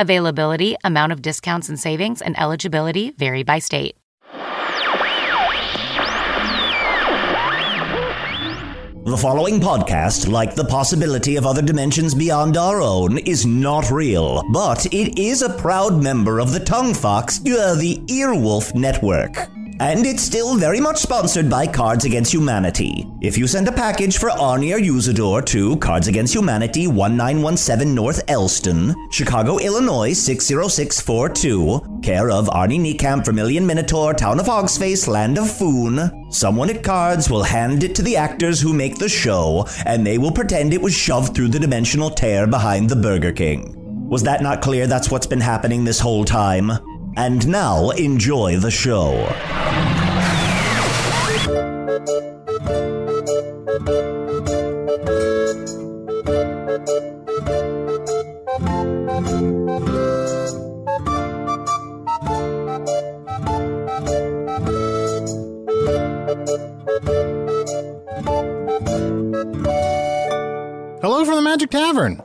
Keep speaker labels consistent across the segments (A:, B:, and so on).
A: Availability, amount of discounts and savings, and eligibility vary by state.
B: The following podcast, like the possibility of other dimensions beyond our own, is not real, but it is a proud member of the Tongue Fox, uh, the Earwolf Network. And it's still very much sponsored by Cards Against Humanity. If you send a package for Arnier Usador to Cards Against Humanity, 1917 North Elston, Chicago, Illinois, 60642, care of Arnie Niekamp, Vermilion Minotaur, Town of Hogsface, Land of Foon, someone at Cards will hand it to the actors who make the show, and they will pretend it was shoved through the dimensional tear behind the Burger King. Was that not clear? That's what's been happening this whole time. And now, enjoy the show.
C: Hello from the Magic Tavern,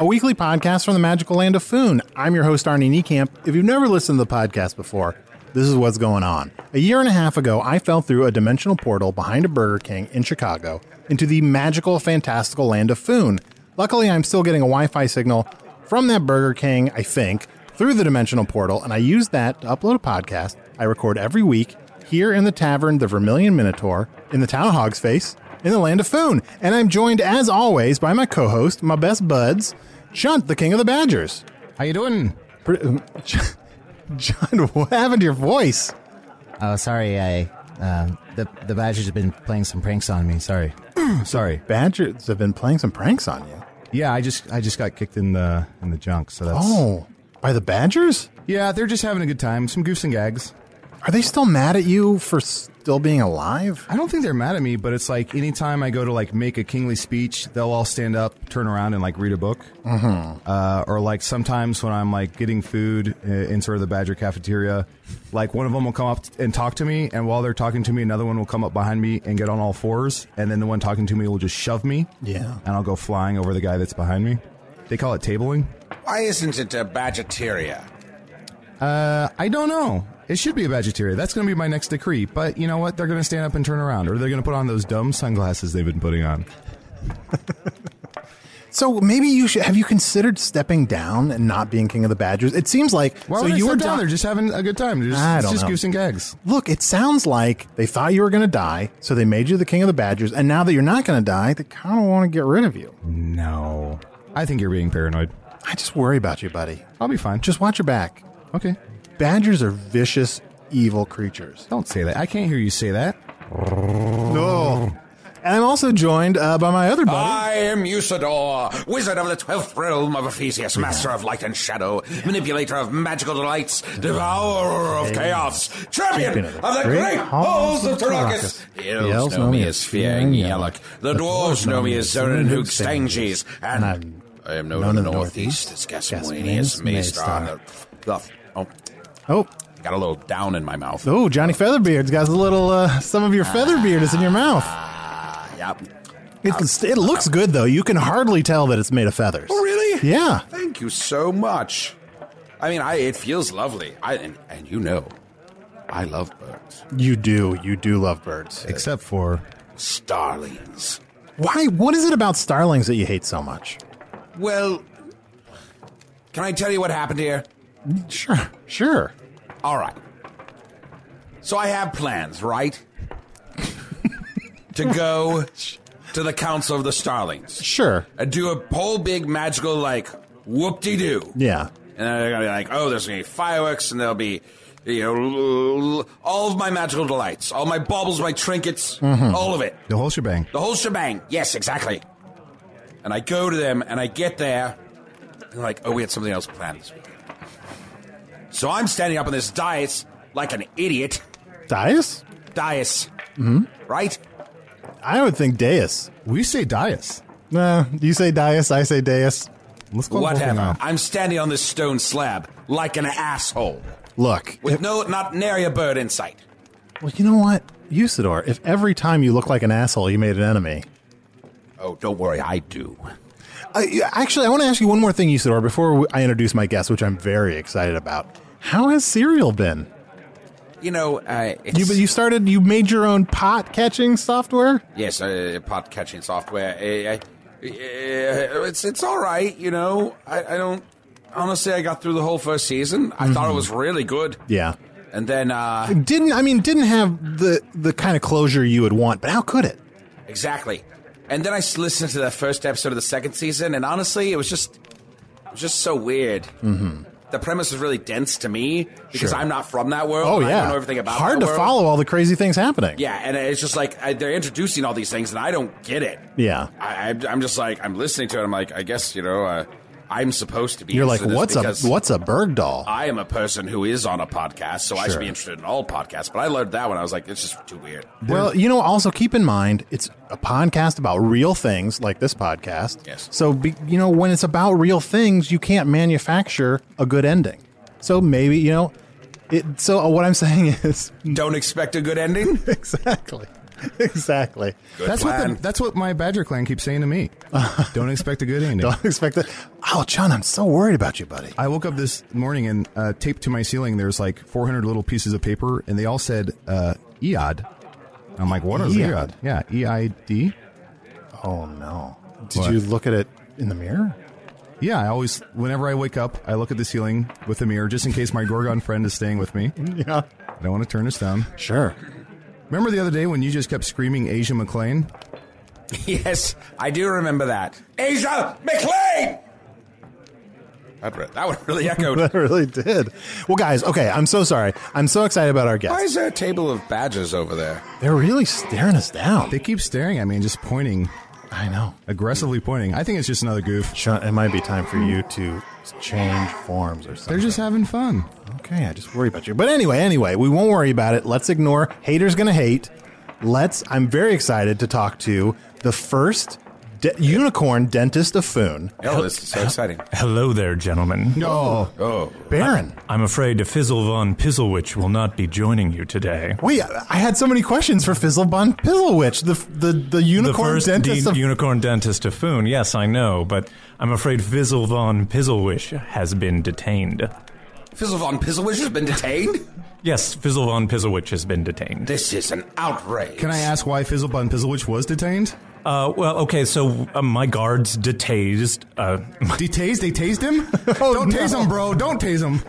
C: a weekly podcast from the magical land of Foon. I'm your host, Arnie Niekamp. If you've never listened to the podcast before, this is what's going on. A year and a half ago, I fell through a dimensional portal behind a Burger King in Chicago into the magical, fantastical land of Foon. Luckily, I'm still getting a Wi Fi signal from that Burger King, I think, through the dimensional portal, and I use that to upload a podcast I record every week here in the tavern, the Vermilion Minotaur, in the town of Hogsface, in the land of Foon. And I'm joined, as always, by my co host, my best buds, Chunt, the King of the Badgers.
D: How you doing?
C: Pr- John, what happened to your voice?
D: Oh, sorry. I uh, the the Badgers have been playing some pranks on me. Sorry. sorry.
C: Badgers have been playing some pranks on you.
D: Yeah, I just I just got kicked in the in the junk. So that's.
C: Oh, by the Badgers?
D: Yeah, they're just having a good time. Some goofs and gags.
C: Are they still mad at you for still being alive?
D: I don't think they're mad at me, but it's like anytime I go to like make a kingly speech, they'll all stand up, turn around, and like read a book. Mm-hmm. Uh, or like sometimes when I'm like getting food uh, in sort of the Badger cafeteria, like one of them will come up and talk to me, and while they're talking to me, another one will come up behind me and get on all fours, and then the one talking to me will just shove me.
C: Yeah.
D: and I'll go flying over the guy that's behind me. They call it tabling.
E: Why isn't it a Badgeteria?
D: I don't know. It should be a vegetarian. That's going to be my next decree. But you know what? They're going to stand up and turn around, or they're going to put on those dumb sunglasses they've been putting on.
C: So maybe you should. Have you considered stepping down and not being king of the Badgers? It seems like
D: Why
C: so
D: would
C: you
D: you
C: were
D: down
C: di-
D: there just having a good time? Just,
C: I
D: it's
C: don't
D: just
C: know.
D: goose and gags.
C: Look, it sounds like they thought you were going to die, so they made you the king of the Badgers, and now that you're not going to die, they kind of want to get rid of you.
D: No, I think you're being paranoid.
C: I just worry about you, buddy.
D: I'll be fine. Just
C: Just watch your back.
D: okay.
C: Badgers are vicious, evil creatures.
D: Don't say that. I can't hear you say that.
F: Oh.
C: No. And I'm also joined uh, by my other buddy.
E: I am Usador, wizard of the twelfth realm of Ephesius, master of light and shadow, manipulator of magical delights, devourer of chaos, champion of the great halls of Tarakas.
C: The
E: Ills know me as Fiang Yalak, the dwarves know me as Zoran Hoogstanges, and
F: I am known,
C: Known
F: in the
C: in the
F: northeast as
C: Northeast
F: Gasmanius
C: Gasmanius
F: Maestar. Oh,
C: Oh,
F: got a little down in my mouth.
C: oh, Johnny Featherbeard's got a little. Uh, some of your featherbeard is in your mouth.
F: Ah, yep.
C: It's, it looks good though. You can hardly tell that it's made of feathers.
F: Oh, really?
C: Yeah.
F: Thank you so much. I mean, I it feels lovely. I and, and you know, I love birds,
C: You do. You do love birds.
D: Except for
F: starlings.
C: Why? What is it about starlings that you hate so much?
F: Well, can I tell you what happened here?
C: Sure. Sure.
F: All right. So I have plans, right? to go to the Council of the Starlings
C: Sure.
F: and do a whole big magical, like, whoop de doo.
C: Yeah.
F: And then they're going to be like, oh, there's going to be fireworks, and there'll be, you know, l- l- all of my magical delights, all my baubles, my trinkets, all of it.
D: the whole shebang.
F: The whole shebang. Yes, exactly. And I go to them and I get there. And they're like, oh, we had something else planned this week. So I'm standing up on this dais like an idiot.
C: Dais?
F: Dais. Right?
C: I would think dais.
D: We say dais.
C: Nah, you say dais, I say dais.
D: Let's go.
F: Whatever.
D: Now.
F: I'm standing on this stone slab like an asshole.
C: Look,
F: With
C: if-
F: no, not nary a bird in sight.
C: well, you know what, Usador? If every time you look like an asshole, you made an enemy.
F: Oh, don't worry, I do.
C: Uh, yeah, actually, I want to ask you one more thing, Usador, before w- I introduce my guest, which I'm very excited about. How has cereal been?
F: You know, uh, it's,
C: You, but you started, you made your own pot catching software?
F: yes, uh, pot catching software. Uh, uh, uh, it's it's all right, you know. I, I don't honestly. I got through the whole first season. I thought it was really good,
C: Mm-hmm. Yeah.
F: and then uh,
C: Didn't, I mean, didn't have the, the kind of closure you would want, but how could it?
F: exactly, and then I s- listened to the first episode of the second season, and honestly, it was just it was just so weird. Mm-hmm. The premise was really dense to me because I'm not from that world.
C: Oh,
F: and
C: yeah.
F: I don't know everything about.
C: Hard
F: that
C: to
F: world.
C: follow all the crazy things happening.
F: Yeah, and it's just like I, they're introducing all these things, and I don't get it.
C: Yeah.
F: I, I'm- I'm just like I'm listening to it. I'm like, I guess you know, uh, I'm supposed to be.
C: You're like,
F: interested in
C: what's a
F: this because
C: what's a berg doll?
F: I am a person who is on a podcast, so I
C: Sure.
F: should be interested in all podcasts. But I learned that when I was like, it's just too weird.
C: Well, you know, also keep in mind it's a podcast about real things like this podcast.
F: Yes.
C: So, be, you know, when it's about real things, you can't manufacture a good ending. So maybe, you know, it so what I'm saying is
F: Don't expect a good ending.
C: exactly. Exactly.
F: Good
D: That's what,
F: plan.
D: the, that's what my Badger clan keeps saying to me. Don't expect a good ending.
C: Don't expect that. Oh, John, I'm so worried about you, buddy.
D: I woke up this morning and uh, taped to my ceiling. There's like 400 little pieces of paper, and they all said uh, EOD. I'm like, what is
C: EOD?
D: EOD? Yeah, E I D.
C: Oh no. Did
D: What?
C: you look at it in the mirror?
D: Yeah, I always, whenever I wake up, I look at the ceiling with the mirror just in case my Gorgon friend is staying with me.
C: Yeah.
D: I don't want to turn this down.
C: Sure.
D: Remember the other day when you just kept screaming Asia McLean?
F: yes, I do remember that. Asia McLean. That, re- that one really echoed.
C: I really did. Well, guys, okay, I'm so sorry. I'm so excited about our
F: Why
C: guest.
F: is there a table of badges over there?
C: They're really staring us down.
D: They keep staring at me and just pointing,
C: I know.
D: aggressively pointing. I think it's just another goof.
C: Sean, it might be time for you to change forms or something.
D: They're just having fun.
C: okay. I just worry about you. But anyway, anyway, we won't worry about it. Let's ignore haters gonna hate. Let's. I'm very excited to talk to the first de- unicorn dentist of Foon,
F: Oh, this is so exciting.
G: Hello there, gentlemen.
D: No.
F: Oh,
C: Baron.
G: I'm afraid Fizzle von Pizzlewitch will not be joining you today.
C: Wait, I had so many questions for Fizzlebun Pizzlewitch, the the the
G: The
C: unicorn
G: first
C: dentist
G: de-
C: of
G: unicorn dentist of Foon, yes, I know, but I'm afraid Fizzle von Pizzlewitch has been detained.
F: Fizzle von Pizzlewitch has been detained.
G: Yes, Fizzle von Pizzlewitch has been detained.
F: this is an outrage.
D: Can I ask why Fizzlebun Pizzlewitch was detained?
G: Uh, well, okay, so uh, my guards detased. Uh,
D: Detased? They tased him?
C: Oh,
D: Don't tase him, bro. Don't tase him.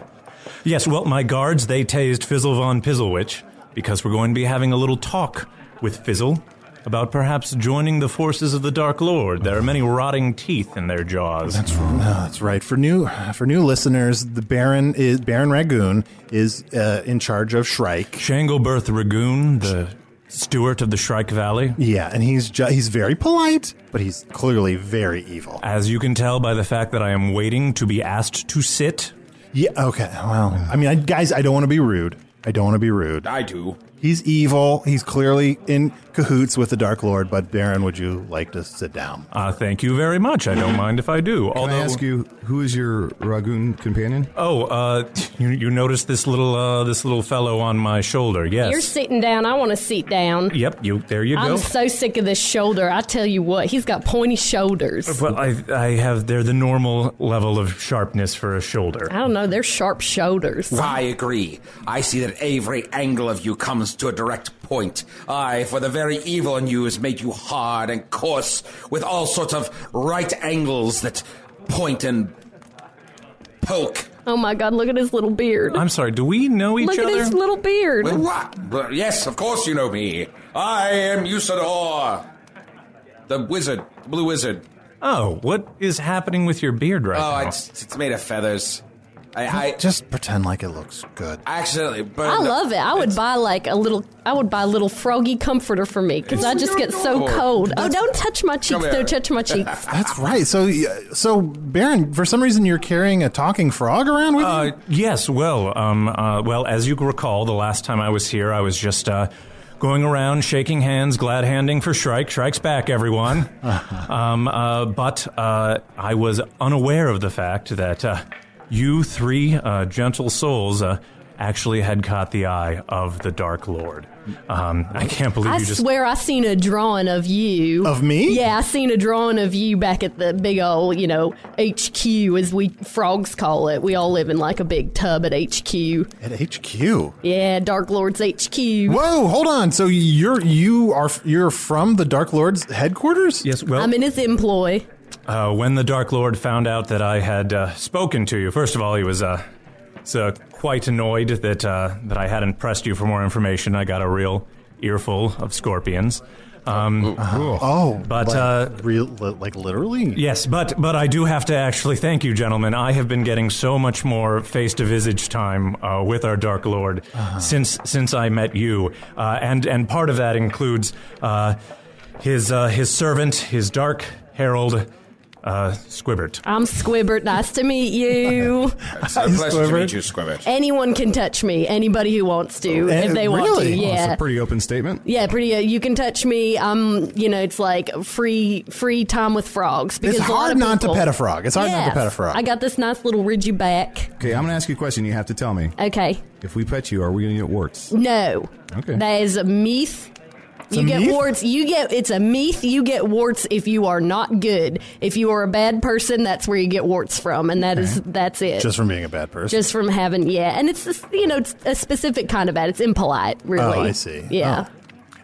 G: yes, well, my guards, they tased Fizzle von Pizzlewitch because we're going to be having a little talk with Fizzle about perhaps joining the forces of the Dark Lord. There are many rotting teeth in their jaws.
C: No, Oh, that's right. For new for new listeners, the Baron is Baron Ragoon is uh, in charge of Shrike.
G: Shanglebirth Ragoon, the steward of the Shrike Valley.
C: Yeah, and he's ju- he's very polite, but he's clearly very evil.
G: As you can tell by the fact that I am waiting to be asked to sit,
C: Yeah. Okay. Well, I mean, I, guys, I don't want to be rude. I don't want to be rude.
F: I do.
C: He's evil. He's clearly in cahoots with the Dark Lord. But Baron, would you like to sit down?
G: Uh, thank you very much. I don't mind if I do.
D: Can
G: Although,
D: I ask you, who is your Ragoon companion?
G: oh, uh, you, you noticed this little uh, this little fellow on my shoulder? Yes.
H: You're sitting down. I want to sit down.
G: yep. You. There you go.
H: I'm so sick of this shoulder. I tell you what, he's got pointy shoulders.
G: well, I I have they're the normal level of sharpness for a shoulder.
H: I don't know. They're sharp shoulders.
E: I agree. I see that every angle of you comes to a direct point. I, for the very evil in you, has made you hard and coarse with all sorts of right angles that point and poke.
H: Oh my God! Look at his little beard.
G: I'm sorry. Do we know each
H: Look at
G: other?
H: his little beard.
E: Well, what? Well, Yes, of course you know me. I am Usador, the wizard, blue wizard.
G: oh, what is happening with your beard right
E: Oh,
G: now?
E: it's, it's made of feathers. I, I
C: Just pretend like it looks good.
E: accidentally burned.
H: I
E: the-
H: love it. I would buy like a little. I would buy a little froggy comforter for me because I just get so
E: adorable.
H: cold. Oh, don't touch my cheeks!
E: here.
H: Don't touch my cheeks.
C: That's right. So, yeah, so Baron, for some reason, you're carrying a talking frog around with you.
G: Uh, yes, well, um, uh, well, as you recall, the last time I was here, I was just uh, going around shaking hands, glad handing for Shrike. Shrike's back, everyone. um, uh, but uh, I was unaware of the fact that uh, you three uh, gentle souls uh, actually had caught the eye of the Dark Lord. Um, I can't believe
H: I
G: you just.
H: swear, I seen a drawing of you.
C: Of me?
H: Yeah, I seen a drawing of you back at the big old, you know, HQ as we frogs call it. We all live in like a big tub at HQ.
C: At HQ.
H: Yeah, Dark Lord's HQ.
C: Whoa, hold on. So you're you are you're from the Dark Lord's headquarters?
G: Yes, well,
H: I'm in his employ.
G: Uh, when the Dark Lord found out that I had uh, spoken to you, first of all, he was uh, so quite annoyed that uh, that I hadn't pressed you for more information. I got a real earful of scorpions. Um,
C: Oh,
G: But,
C: like,
G: uh,
C: real, li- like literally.
G: yes, but but I do have to actually thank you, gentlemen. I have been getting so much more face to visage time uh, with our Dark Lord since since I met you, uh, and and part of that includes uh, his uh, his servant, his Dark Herald, uh, Squibbert.
H: I'm Squibbert. Nice to meet you.
E: It's a pleasure to
C: Squibbert.
E: meet you, Squibbert.
H: Anyone can touch me. Anybody who wants to,
C: Eh,
H: if they want to.
C: really?
H: Yeah.
D: Oh, That's a pretty open statement.
H: Yeah, pretty. Uh, you can touch me. I'm, you know, it's like free, free time with frogs. Because
C: It's
H: a lot
C: hard
H: of
C: not to
H: people-
C: pet a frog. It's hard not to
H: Yes.
C: pet a frog.
H: I got this nice little ridgy back.
D: Okay, I'm going to ask you a question. You have to tell me.
H: Okay,
D: If we pet you, are we going to get warts?
H: no,
D: Okay.
H: that is a myth. you
C: a
H: get
C: myth?
H: warts. You get it's a myth. You get warts if you are not good. If you are a bad person, that's where you get warts from, and that is that's it.
C: Just from being a bad person.
H: Just from having yeah, and it's just, you know it's a specific kind of bad. It's impolite, really.
C: Oh, I see.
H: Yeah.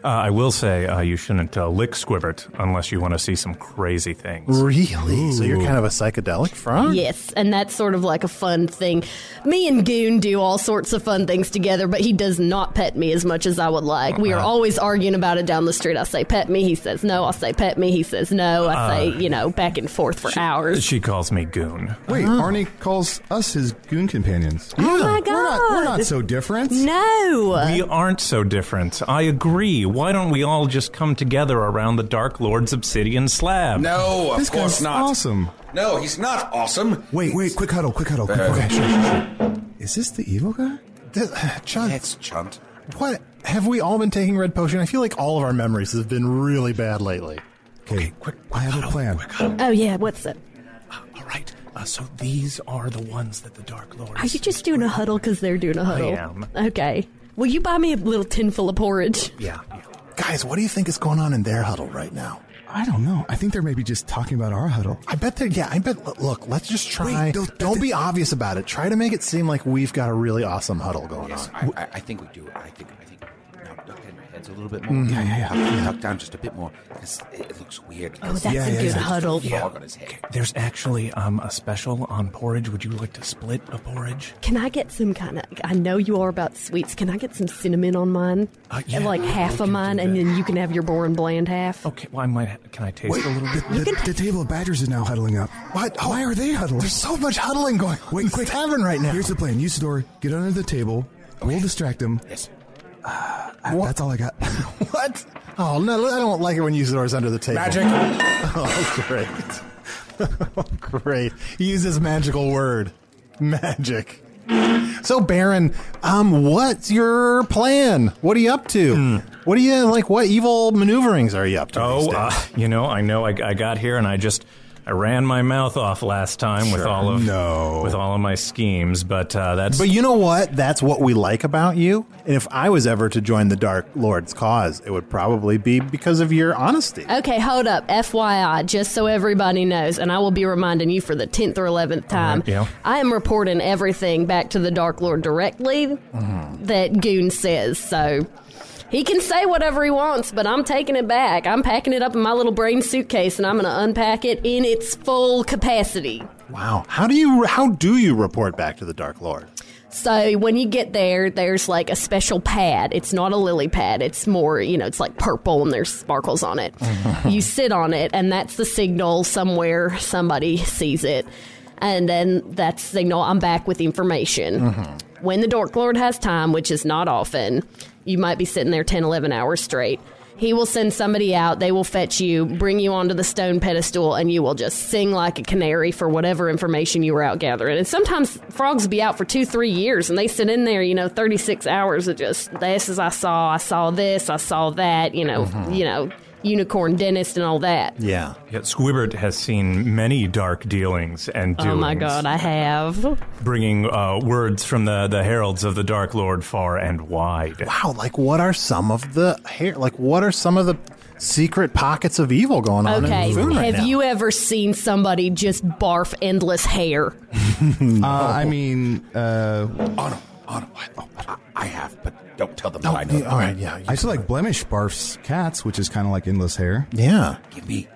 G: Uh, I will say uh, you shouldn't uh, lick Squibbert unless you want to see some crazy things.
C: Oh, really. So you're kind of a psychedelic frog.
H: Yes, and that's sort of like a fun thing. Me and Goon do all sorts of fun things together, but he does not pet me as much as I would like. We are
G: Uh-huh.
H: always arguing about it down the street. I say pet me, he says no. I say pet me, he says no. I say you know back and forth for hours.
G: She calls me goon.
D: Wait, Arnie calls us his goon companions.
H: oh my
D: We're not, we're
H: god!
D: not so different.
H: no,
G: We aren't so different. I agree. Why don't we all just come together around the Dark Lord's obsidian slab?
E: No, of
D: This
E: course
D: guy's
E: not.
D: awesome.
E: No, he's not awesome.
D: Wait, wait, quick huddle, quick huddle. Quick, okay, Uh, sure, sure, sure. Is this the evil guy?
C: Th- Chun,
E: That's chunt.
C: what have we all been taking red potion? I feel like all of our memories have been really bad lately.
D: Okay, quick, I have a plan.
H: oh yeah, what's that?
G: All right. Uh, so these are the ones that the Dark Lord.
H: Are you just doing a huddle because they're doing a huddle?
G: am.
H: Okay. Will you buy me a little tin full of porridge?
G: Yeah. yeah.
C: Guys, what do you think is going on in their huddle right now?
D: I don't know. I think they're maybe just talking about our huddle.
C: I bet they're, yeah, I bet, look, let's just try.
D: Wait,
C: don't
D: don't-
C: be obvious about it. Try to make it seem like we've got a really awesome huddle going
E: Yes,
C: on.
E: I, I, I think we do. I think. I think. Now duck down your heads a little bit more.
D: Mm-hmm.
E: Yeah, yeah, Duck down just a bit more because it, it looks weird.
H: Oh, that's
D: Yeah,
H: a
D: yeah,
H: good
D: yeah.
H: huddle.
E: Frog on his head.
G: There's actually um, a special on porridge. Would you like to split a porridge?
H: Can I get some kind of? I know you are about sweets. Can I get some cinnamon on mine?
G: Uh, yeah,
H: And like half
G: we
H: of
G: can
H: mine,
G: do
H: and
G: that.
H: then you can have your boring bland half.
G: Okay. Well, I might. Ha- can I taste
D: Wait,
G: a little bit?
D: the, the, the table of badgers is now huddling up.
C: What? Oh,
D: Why are they huddling?
C: There's so much huddling going on in
D: Wait,
C: this
D: quick.
C: tavern right now.
D: Here's the plan. Usador, get under the table. We'll distract them.
E: Yes.
D: I- That's all I got. Uh,
C: what? Oh, no, I don't like it when Usador's under the table.
E: Magic.
C: Oh, great. oh, great. He uses magical word. Magic. So Baron, um, what's your plan? What are you up to? What are you like? What evil maneuverings are you up to?
G: Oh,
C: these days?
G: uh, you know, I know. I, I got here and I just I ran my mouth off last time with all of
D: No.
G: with all of my schemes, but uh, that's
C: But you know what? That's what we like about you. And if I was ever to join the Dark Lord's cause, it would probably be because of your honesty.
H: Okay, hold up. FYI, just so everybody knows, and I will be reminding you for the 10th or 11th time,
G: right, yeah.
H: Um, I am reporting everything back to the Dark Lord directly that Goon says. So he can say whatever he wants, but I'm taking it back. I'm packing it up in my little brain suitcase and I'm going to unpack it in its full capacity.
C: Wow. How do you how do you report back to the Dark Lord?
H: Uh, So when you get there, there's like a special pad. It's not a lily pad. It's more, you know, it's like purple and there's sparkles on it. you sit on it, and that's the signal somewhere somebody sees it. And then that's the signal I'm back with information. When the Dork Lord has time, which is not often, you might be sitting there 10, 11 hours straight. He will send somebody out, they will fetch you, bring you onto the stone pedestal, and you will just sing like a canary for whatever information you were out gathering. And sometimes frogs be out for two, three years, and they sit in there, you know, 36 hours of just, this is I saw, I saw this, I saw that, you know, you know, unicorn dentist and all that.
C: Yeah.
G: yeah, Squibbert has seen many dark dealings and doings.
H: Oh my god, I have.
G: bringing uh, words from the the heralds of the Dark Lord far and wide.
C: Wow, like what are some of the hair like what are some of the secret pockets of evil going on
H: Okay,
C: in the food right
H: have
C: now?
H: you ever seen somebody just barf endless hair?
D: Uh, I mean, uh,
E: Honor, honor. I, oh, I- I have, but don't tell them that I know.
C: Oh, Yeah, all right, yeah. you-
D: I feel like blemish barfs cats, which is kind of like endless hair.
C: yeah.
E: Give me,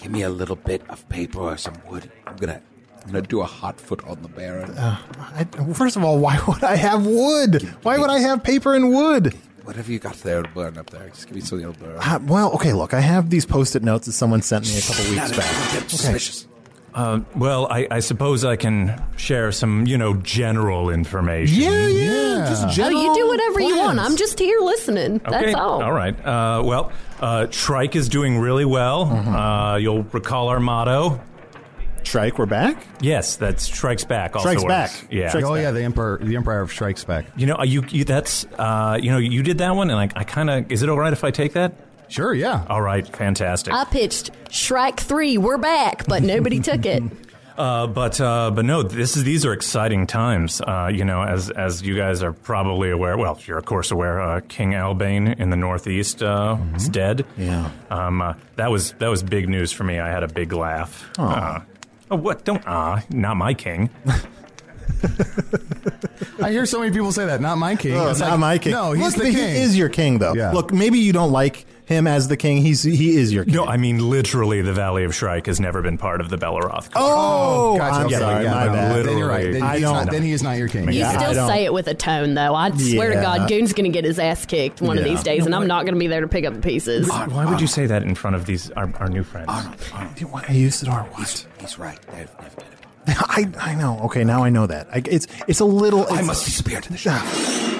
E: give me a little bit of paper or some wood. I'm gonna, I'm gonna do a hot foot on the Baron.
C: Uh, I, first of all, why would I have wood? Why would I have paper and wood?
E: Whatever you got there, burn up there. Just give me something to burn.
C: Uh, well, okay, look, I have these post-it notes that someone sent me a couple weeks back.
E: Suspicious.
G: Well, I, I suppose I can share some you know general information.
C: Yeah, yeah. Just
H: Oh,
C: general
H: you do whatever you want.
C: plans.
H: I'm just here listening.
G: Okay.
H: That's all.
G: All right. Uh, well, uh, Trike is doing really well. Uh, you'll recall our motto.
C: Shrike, we're back.
G: Yes, that's Trike's back. Also
C: Strike's
G: works.
C: back.
G: Yeah.
C: Strike's-
D: oh yeah, the emperor, the empire of strikes back.
G: You know, uh, you, you that's uh, you know you did that one, and like I kind of is it all right if I take that?
D: Sure, yeah.
G: All right, fantastic.
H: I pitched Shrike 3, we're back, but nobody took it.
G: Uh, but uh, but no, this is these are exciting times. Uh, you know, as as you guys are probably aware. Well, you're of course aware. Uh, King Albane in the Northeast uh, is dead.
C: Yeah.
G: Um, uh, that was that was big news for me. I had a big laugh. Uh, oh, what? Don't ah, not my king.
D: I hear so many people say that. Not my king.
C: Oh,
D: It's
C: not
D: like,
C: my king.
D: No, he's
C: Look,
D: the
C: he
D: king.
C: is your king, though.
D: Yeah.
C: Look, maybe you don't like him as the king. He's he is your king.
G: No, I mean literally, the Valley of Shrike has never been part of the Belleroth.
C: oh,
D: Gotcha,
C: I'm
D: okay,
C: sorry,
D: yeah,
C: my
D: no,
C: bad.
D: Then you're right. Then,
C: I
D: he's
C: don't-
D: not, then he is not your king.
H: You
C: Yeah, I
H: still
C: don't-
H: say it with a tone, though. I swear to
C: Yeah.
H: God, Goon's going to get his ass kicked one of
C: Yeah.
H: these days, and I'm not going to be there to pick up the pieces.
G: Why would you say that in front of these our, Uh, our new friends?
C: Dude, why- Usador, what?
E: He's, he's right. They've never been.
C: I I know. Okay, now I know that. I, it's it's a little.
E: I
C: it's-
E: must be spared in the shop.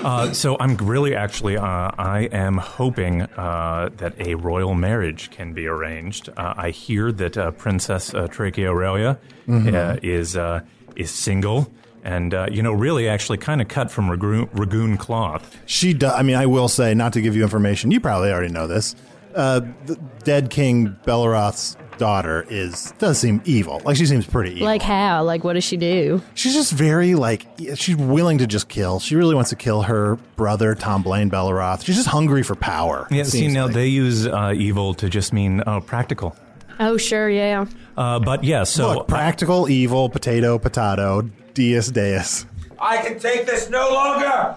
G: Uh, so I'm really actually uh, I am hoping uh, that a royal marriage can be arranged. Uh, I hear that uh, Princess uh, Trachea Aurelia
C: Mm-hmm.
G: uh, is uh, is single. And uh, you know, really, actually, kind of cut from ragoon, ragoon cloth.
C: She does. I mean, I will say, not to give you information, you probably already know this. Uh, the dead King Belleroth's daughter is does seem evil. Like she seems pretty evil.
H: Like, how? Like, what does she do?
C: She's just very like she's willing to just kill. She really wants to kill her brother Tom Blaine Belleroth. She's just hungry for power.
G: Yeah.
C: it
G: See,
C: seems
G: now
C: like.
G: they use uh, evil to just mean uh, practical.
H: Oh, sure, yeah.
G: Uh, but yeah, so
C: look practical evil potato potato deus deus.
F: I can take this no longer.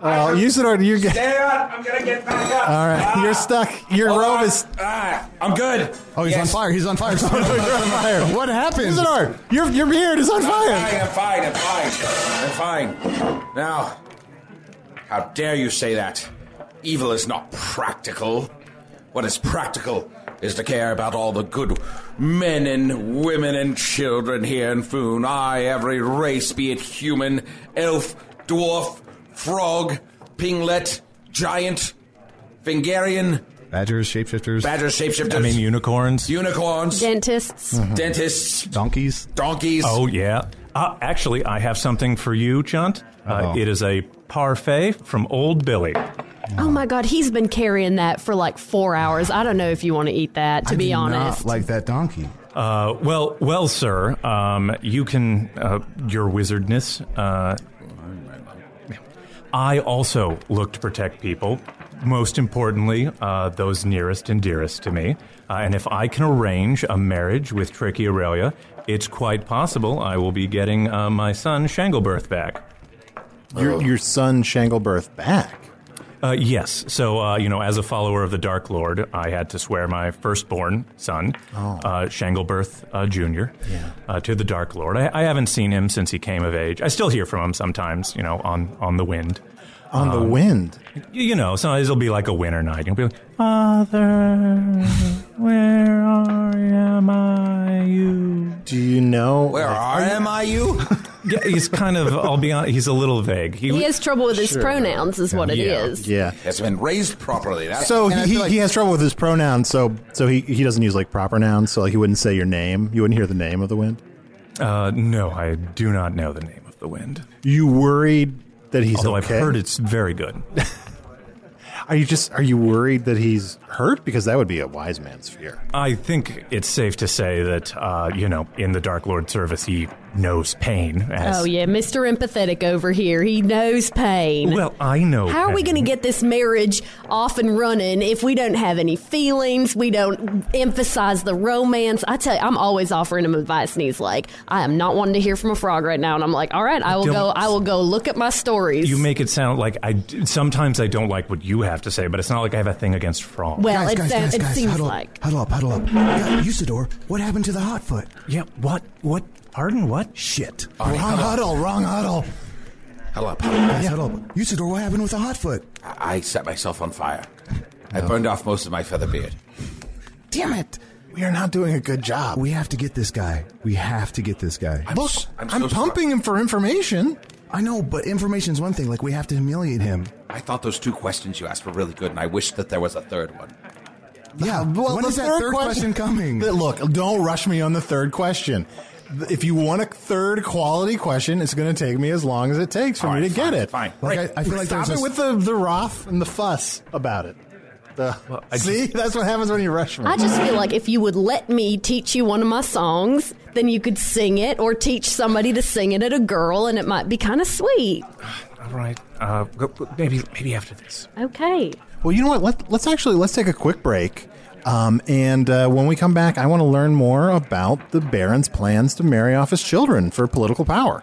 C: Well, Usador, you're get,
F: Stay up. I'm gonna get back up. Ah.
C: all right. You're stuck. Your
F: Hold
C: robe
F: on.
C: is
F: Ah, I'm good.
D: Oh, he's on fire. He's on fire.
C: you're on fire.
D: What happened?
C: Usador, your your beard is on
F: Fine,
C: fire.
F: I'm fine. I'm fine. I'm fine. Now, how dare you say that? Evil is not practical. What is practical is to care about all the good men and women and children here in Foon. Aye, every race, be it human, elf, dwarf, frog, pinglet, giant, Fingarian,
D: Badgers, shapeshifters,
F: badger, shapeshifters,
G: I mean unicorns.
F: unicorns,
H: Dentists.
F: dentists,
D: donkeys.
F: donkeys.
G: oh yeah. Uh, actually, I have something for you, Chunt. Uh,
C: Uh-huh.
D: Uh-oh.
G: it is a parfait from Old Billy.
H: Oh my God, he's been carrying that for like four hours. I don't know if you want to eat that, to
D: I
H: be
D: do not
H: honest.
D: like that donkey.
G: Uh, well, well, sir, um, you can uh, your wizardness. Uh, I also look to protect people. Most importantly, uh, those nearest and dearest to me. Uh, and if I can arrange a marriage with Tricky Aurelia, it's quite possible I will be getting uh, my son Shanglebirth back.
C: Your, your son Shanglebirth back.
G: Uh, yes. So, uh, you know, as a follower of the Dark Lord, I had to swear my firstborn son,
C: Oh.
G: uh, Shanglebirth uh, Jr., uh, to the Dark Lord. I, I haven't seen him since he came of age. I still hear from him sometimes, you know, on, on the wind.
C: On the wind.
G: You, you know, sometimes it'll be like a winter night. You'll be like, Father, where are am I? You.
C: Do you know?
E: Where are am I? You?
G: Yeah, he's kind of, I'll be honest, he's a little vague.
H: he has trouble with his pronouns, is what it
G: Yeah.
H: is.
C: yeah.
E: Has been raised properly. That's
C: So
D: And I
C: he,
D: feel like-
C: he has trouble with his pronouns. So so he, he doesn't use like proper nouns. So like he wouldn't say your name. You wouldn't hear the name of the wind.
G: Uh, no, I do not know the name of the wind.
C: You worried that he's
G: Although
C: okay?
G: I've heard it's very good.
C: Are you just are you worried that he's hurt? Because that would be a wise man's fear.
G: I think it's safe to say that, uh, you know, in the Dark Lord service, he knows pain. As,
H: Oh, yeah, Mr. Empathetic over here. He knows pain.
G: Well, I know.
H: How are we going to get this marriage off and running if we don't have any feelings? We don't emphasize the romance. I tell you, I'm always offering him advice, and he's like, "I am not wanting to hear from a frog right now." And I'm like, "All right, I will
G: Don't-
H: go. I will go look at my stories."
G: You make it sound like I. d- Sometimes I don't like what you have to say, but it's not like I have a thing against frogs.
H: well,
I: guys,
H: it,
I: guys,
H: sound-
I: guys,
H: it
I: guys,
H: seems
I: huddle,
H: like
I: huddle up, huddle up. Yeah, Usador, what happened to the hot foot?
G: yeah. What? What? Pardon? What?
I: Shit. Wrong huddle, wrong huddle.
E: Hello, Papa.
I: Guys, huddle up. Usador, what happened with the hot foot?
E: I I set myself on fire. I burned off most of my feather beard.
I: Damn it.
C: We are not doing a good job.
I: We have to get this guy. We have to get this guy.
C: Look,
E: s- I'm
C: I'm,
E: so sorry.
C: pumping him for information.
I: I know, but information's one thing. Like, we have to humiliate him.
E: I thought those two questions you asked were really good, and I wish that there was a third one.
I: Yeah, when
C: the
I: is that third question, coming?
C: Th- Look, don't rush me on the third question. Th- If you want a third quality question, it's going to take me as long as it takes for
E: All
C: me
E: right,
C: to
E: fine,
C: get it.
E: fine.
I: Like,
E: Right.
I: I, I feel like
C: Stop
I: there's
C: it
I: a-
C: with the, the Roth and the fuss about it. The, see, that's what happens when you rush me.
H: I just feel like if you would let me teach you one of my songs, then you could sing it or teach somebody to sing it at a girl, and it might be kind of sweet.
G: All right. Uh, go- go- maybe. Maybe after this.
H: Okay.
C: Well, you know what? Let, let's actually let's take a quick break. Um, and uh, when we come back, I want to learn more about the Baron's plans to marry off his children for political power.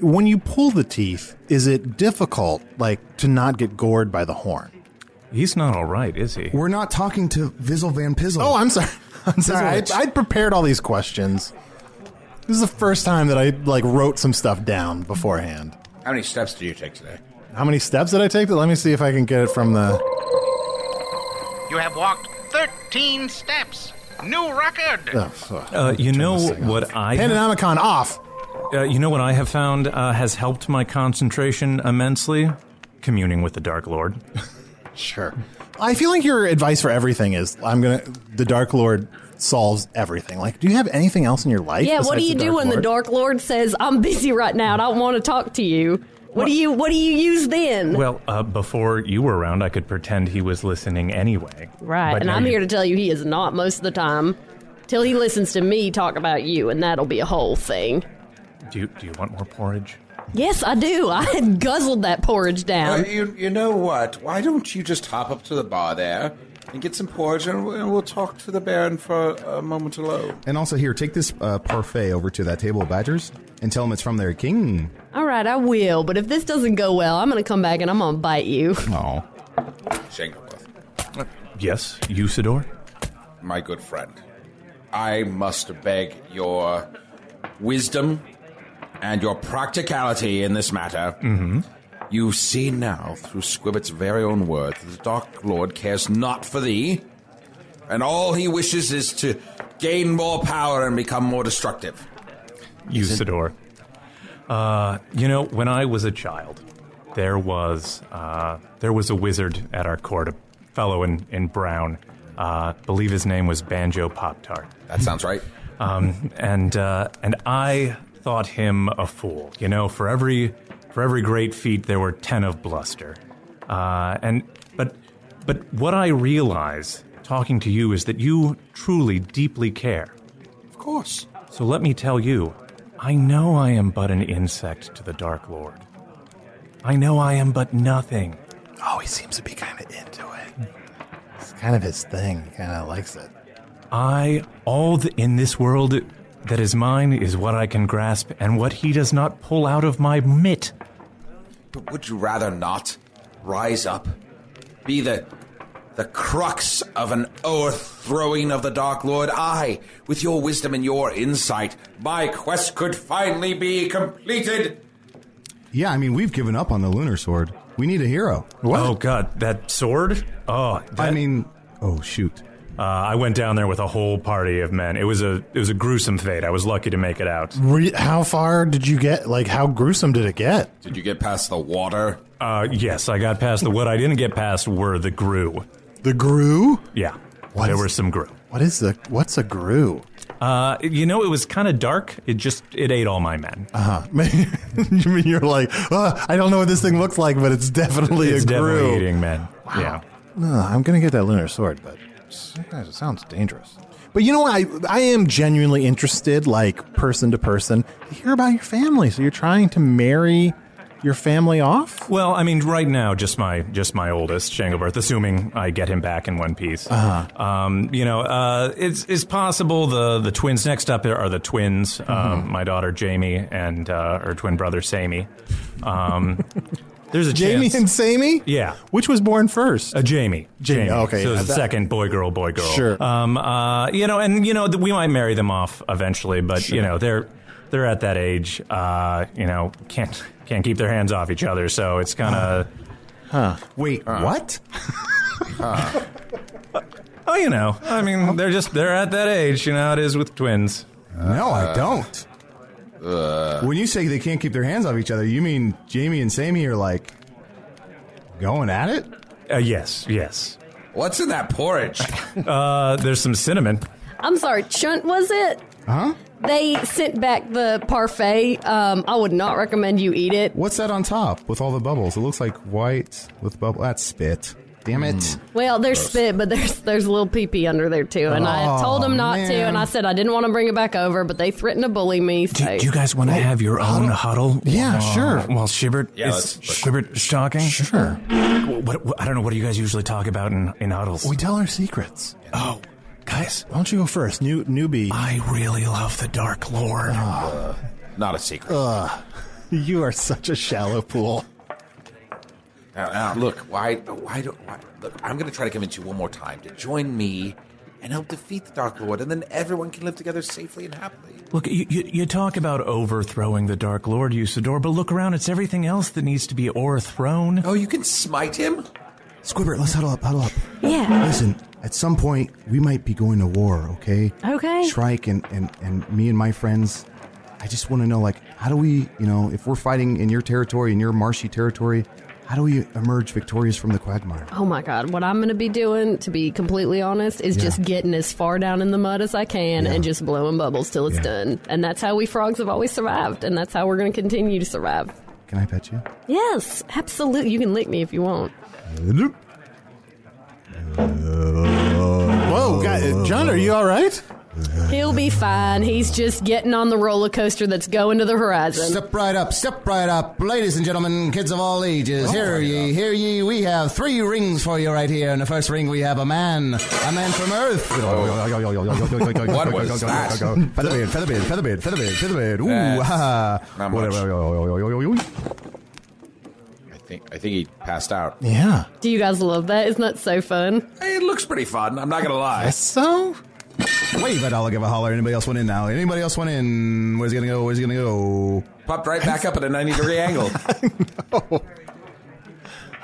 C: when you pull the teeth, is it difficult, like, to not get gored by the horn?
G: He's not all right, is he?
I: We're not talking to Vizzle Van Pizzle.
C: Oh, I'm sorry. I'm sorry.
I: Vizzlewitch.
C: I, I prepared all these questions. This is the first time that I like wrote some stuff down beforehand.
E: How many steps do you take today?
C: How many steps did I take? Let me see if I can get it from the.
J: You have walked 13 steps. New record.
C: Oh, fuck.
G: Uh, you know
C: this thing
G: what I?
C: Pandemicon off.
G: Uh, you know what I have found uh, has helped my concentration immensely? Communing with the Dark Lord.
C: sure. I feel like your advice for everything is I'm gonna the Dark Lord solves everything. Like, do you have anything else in your life?
H: yeah, what
C: besides
H: do you
C: the
H: do
C: Dark
H: when the
C: Lord?
H: Dark Lord says, "I'm busy right now and I don't want to talk to you"? What, do you What do you use then?
G: Well, uh, before you were around, I could pretend he was listening anyway.
H: right,
G: but
H: and
G: now
H: I'm
G: you-
H: here to tell you he is not most of the time. Till he listens to me talk about you, and that'll be a whole thing.
G: Do you, do you want more porridge?
H: Yes, I do. I had guzzled that porridge down.
F: Uh, you, you know what? Why don't you just hop up to the bar there and get some porridge and we'll, and we'll talk to the Baron for a moment alone?
D: And also here, take this uh, parfait over to that table of badgers and tell them it's from their king.
H: All right, I will. But if this doesn't go well, I'm going to come back and I'm going to bite you.
D: Oh.
F: Shangleworth,
G: Yes, Usador.
F: my good friend, I must beg your wisdom and your practicality in this matter.
J: Mm-hmm.
F: You see now, through Squibbit's very own words, that the Dark Lord cares not for thee, and all he wishes is to gain more power and become more destructive.
G: Usador. Uh, you know, when I was a child, there was uh, there was a wizard at our court, a fellow in in brown. Uh, believe his name was Banjo Pop Tart.
F: That sounds right.
G: um, and uh, and I thought him a fool. You know, for every for every great feat, there were ten of bluster. Uh, and but but what I realize talking to you is that you truly deeply care.
F: Of course.
G: So let me tell you, I know I am but an insect to the Dark Lord. I know I am but nothing.
C: Oh, he seems to be kind of into it. It's kind of his thing. He kind of likes it.
G: I, all th- in this world that is mine is what I can grasp, and what he does not pull out of my mitt.
F: But would you rather not rise up, be the the crux of an overthrowing of the Dark Lord? I, with your wisdom and your insight, my quest could finally be completed.
D: Yeah, I mean, we've given up on the lunar sword. We need a hero.
G: Oh God, that sword! Oh, I
D: mean, oh shoot!
G: Uh, I went down there with a whole party of men. It was a it was a gruesome fate. I was lucky to make it out.
C: Re- how far did you get? Like, how gruesome did it get?
F: Did you get past the water?
G: Uh, yes, I got past the. What I didn't get past were the grew.
C: The grew?
G: Yeah,
C: What
G: there
C: is-
G: were some grew.
C: What is the? What's a grew?
G: Uh, you know, it was kind of dark. It just it ate all my men.
D: Uh-huh.
C: Uh huh. you mean you're like, uh, I don't know what this thing looks like, but it's definitely
G: it's
C: a grew.
G: definitely eating men. Yeah.
C: No, I'm gonna get that lunar sword, but sometimes it sounds dangerous. But you know what? I I am genuinely interested, like person to person, to hear about your family. So you're trying to marry your family off?
G: Well, I mean, right now, just my just my oldest Shanglebirth, assuming I get him back in one piece. Uh-huh. Um, you know, uh, it's it's possible the the twins next up are the twins.
C: Mm-hmm.
G: Um, my daughter Jamie and uh, her twin brother Sammy. Um, there's a
C: Jamie
G: chance.
C: and Sammy?
G: Yeah.
C: Which was born first?
G: Uh, Jamie.
C: Jamie. Okay.
G: So
C: yeah,
G: it's the
C: that-
G: second boy, girl, boy, girl.
C: Sure.
G: Um, uh, you know, and you know, th- we might marry them off eventually, but you know, they're they're at that age. Uh, you know, can't can't keep their hands off each other, so it's kind of.
C: Huh.
D: Wait, what?
G: Oh, you know, I mean, they're just they're at that age. You know, how it is with twins.
D: No, I don't. when you say they can't keep their hands off each other, you mean Jamie and Sammy are like going at it?
G: Uh, yes, yes.
F: What's in that porridge?
G: uh, there's some cinnamon.
H: I'm sorry, Chunt, was it?
D: Huh?
H: They sent back the parfait. Um, I would not recommend you eat it.
D: What's that on top with all the bubbles? It looks like white with bubble. That's spit. Damn it.
C: Mm.
H: Well, there's spit, but there's there's a little pee pee under there too, and I
D: Oh,
H: told them not to,
D: man.
H: and I said I didn't want to bring it back over, but they threatened to bully me. So.
G: Do you guys want to have your own Oh, huddle?
H: Yeah,
G: while- uh,
H: sure.
G: While Shibert
H: Yeah,
G: is Shibert is talking? Sure. What, what, I don't know. What do you guys usually talk about in, in huddles?
C: We tell our secrets.
G: Oh, guys,
C: why don't you go first, new newbie?
G: I really love the Dark Lord.
F: Not a secret.
C: Ugh. You are such a shallow pool.
F: Now, now, look, why, why do, why, look, I'm going to try to convince you one more time to join me and help defeat the Dark Lord, and then everyone can live together safely and happily.
G: Look, you, you, you talk about overthrowing the Dark Lord, Usador, but look around. It's everything else that needs to be overthrown.
F: Oh, you can smite him?
I: Squibbert, let's huddle up, huddle up.
H: Yeah.
I: Listen, at some point, we might be going to war, okay?
H: Okay.
I: Shrike and, and, and me and my friends, I just want to know, like,
D: how do we, you know, if we're fighting in your territory, in your marshy territory, how do we emerge victorious from the quagmire?
H: Oh my God. What I'm going to be doing, to be completely honest, is
D: Yeah.
H: just getting as far down in the mud as I can
D: Yeah.
H: and just blowing bubbles till it's
D: Yeah.
H: done. And that's how we frogs have always survived. And that's how we're going to continue to survive.
D: Can I pet you?
H: Yes, absolutely. You can lick me if you want.
C: Whoa, God, John, are you all right?
H: He'll be fine. He's just getting on the roller coaster that's going to the horizon.
K: Step right up, step right up, ladies and gentlemen, kids of all ages. hear ye, hear ye. We have three rings for you right here. In the first ring, we have a man, a man from Earth.
D: What
K: Oh. was that?
D: Featherbed, featherbed, featherbed, featherbed, featherbed. Ooh,
K: That's
D: ha. ha.
F: not
D: Whatever.
F: I think I think he passed out.
C: Yeah.
H: Do you guys love that? Isn't that so fun?
F: Hey, it looks pretty fun. I'm not gonna lie.
C: so?
D: Wave it, I'll give a holler. Anybody else went in now? Anybody else went in? Where's he gonna go? Where's he gonna go?
F: Popped right back up at a 90 degree angle.
C: Oh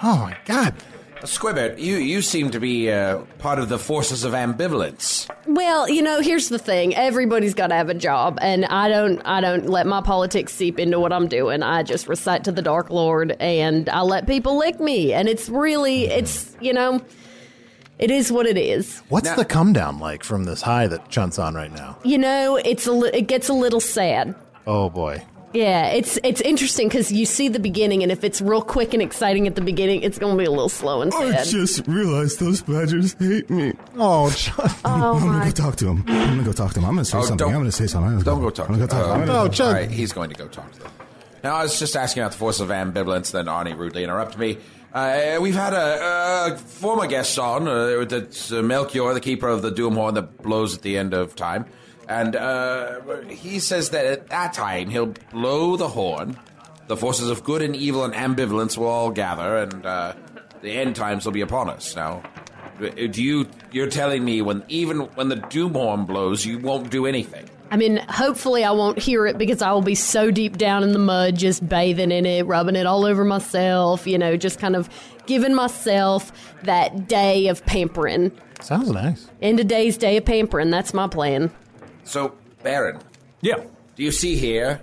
C: my god.
F: Squibbert, you, you seem to be uh, part of the forces of ambivalence.
H: Well, you know, here's the thing. Everybody's got to have a job, and I don't. I don't let my politics seep into what I'm doing. I just recite to the Dark Lord, and I let people lick me. And it's really, it's you know, it is what it is.
C: What's the come down like from this high that Chunt's on right now?
H: You know, it's a. Li- it gets a little sad.
C: Oh boy.
H: Yeah, it's it's interesting because you see the beginning, and if it's real quick and exciting at the beginning, it's going to be a little slow and sad.
D: Oh, just realized those badgers hate me.
C: Oh, John.
D: I'm gonna go talk to him. I'm gonna go talk to him. I'm gonna say
F: Oh,
D: something.
F: don't-
D: I'm gonna say something. I'm gonna
F: Don't go Uh, talk to
D: I'm
F: them.
D: gonna go talk to him.
C: Oh,
D: I'm gonna go-
F: All right, he's going to go talk to them. Now, I was just asking about the forces of ambivalence, then Arnie rudely interrupted me. Uh, we've had a, a former guest on, uh, that's uh, Melchior, the keeper of the Doomhorn that blows at the end of time. And uh, he says that at that time, he'll blow the horn. The forces of good and evil and ambivalence will all gather, and uh, the end times will be upon us. Now, uh, do you, you're telling me when even when the Doomhorn blows, you won't do anything?
H: I mean, hopefully I won't hear it because I will be so deep down in the mud, just bathing in it, rubbing it all over myself, you know, just kind of giving myself that day of pampering.
C: Sounds nice.
H: End of day's day of pampering. That's my plan.
F: So, Baron.
G: Yeah.
F: Do you see here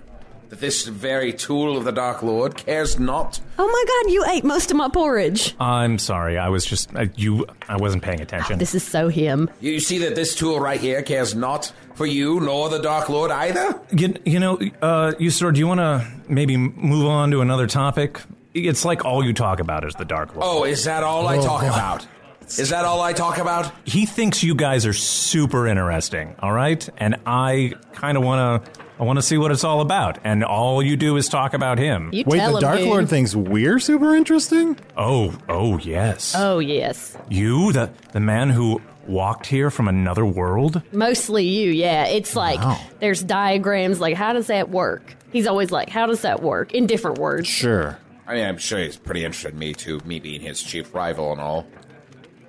F: that this very tool of the Dark Lord cares not?
H: Oh my God, you ate most of my porridge.
G: I'm sorry. I was just uh, you. I wasn't paying attention.
H: This is so him.
F: You you see that this tool right here cares not for you nor the Dark Lord either?
G: You, you know, uh, Usador, do you want to maybe move on to another topic? It's like all you talk about is the Dark Lord.
F: Oh, is that all I
G: Oh,
F: talk
G: boy.
F: about? Is that all I talk about?
G: He thinks you guys are super interesting, all right? And I kind of want to. I want to see what it's all about, and all you do is talk about him.
H: You Wait, tell the him, Dark dude. Lord
C: thinks we're super interesting.
G: Oh, oh yes,
H: Oh, yes.
G: you the the man who walked here from another world.
H: Mostly you, yeah. It's like
G: Wow.
H: there's diagrams, like, how does that work? He's always like, how does that work? In different words.
C: Sure.
F: I mean, I'm sure he's pretty interested in me too, me being his chief rival and all.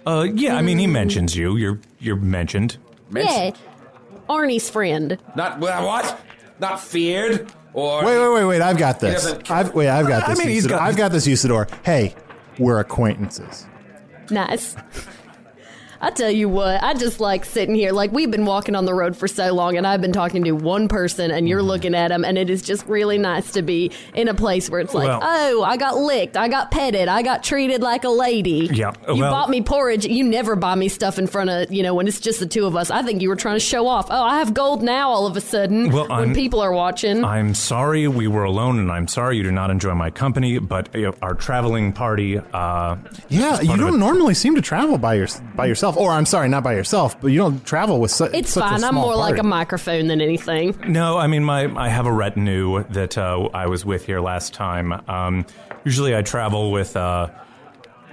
G: Uh, yeah, I mean he
H: Mm.
G: mentions you. You're you're mentioned.
H: Yeah. Arnie's friend.
F: Not well, what? Not feared or
C: Wait, wait, wait, wait! I've got
F: He
C: this.
F: doesn't-
C: I've, wait, I've got
F: I
C: this.
F: mean, he's
C: Usador.
F: got-
C: I've got this, Usador. Hey, we're acquaintances.
H: Nice. I tell you what, I just like sitting here. Like, we've been walking on the road for so long, and I've been talking to one person, and
G: Mm-hmm.
H: you're looking at him, and it is just really nice to be in a place where it's like,
G: Well-
H: oh, I got licked, I got petted, I got treated like a lady.
G: Yeah,
H: You
G: well-
H: bought me porridge. You never buy me stuff in front of, you know, when it's just the two of us. I think you were trying to show off. Oh, I have gold now all of a sudden
G: Well,
H: when
G: I'm-
H: people are watching.
G: I'm sorry we were alone, and I'm sorry you do not enjoy my company. But uh, our traveling party. Uh,
C: Yeah, you don't normally seem to travel by your by yourself, or I'm sorry, not by yourself, but you don't travel with su-
H: it's
C: such a
H: fine. I'm
C: small
H: more like
C: party.
H: a microphone than anything.
G: No, I mean my I have a retinue that uh, I was with here last time. Um, usually, I travel with uh,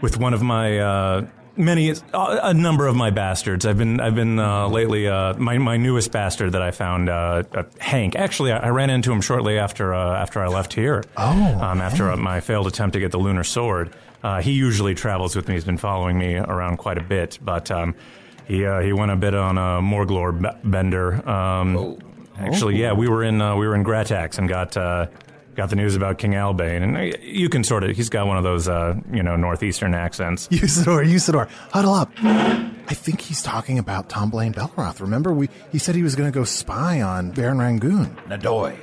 G: with one of my uh, many uh, a number of my bastards. I've been I've been uh, lately uh, my my newest bastard that I found uh, uh, Hank. Actually, I, I ran into him shortly after uh, after I left here. Oh, um, after uh, my failed attempt to get the lunar sword. Uh, he usually travels with me. He's been following me around quite a bit, but. Um, he, uh, he went a bit on a Morglor b- bender. Um, Actually, yeah, we were in uh, we were in Gratax and got uh, got the news about King Albane, and uh, you can sort of he's got one of those uh, you know northeastern accents.
C: Usador, Usador, huddle up. I think he's talking about Tom Blaine Belroth. Remember, we he said he was going to go spy on Baron Rangoon.
F: Nadoy.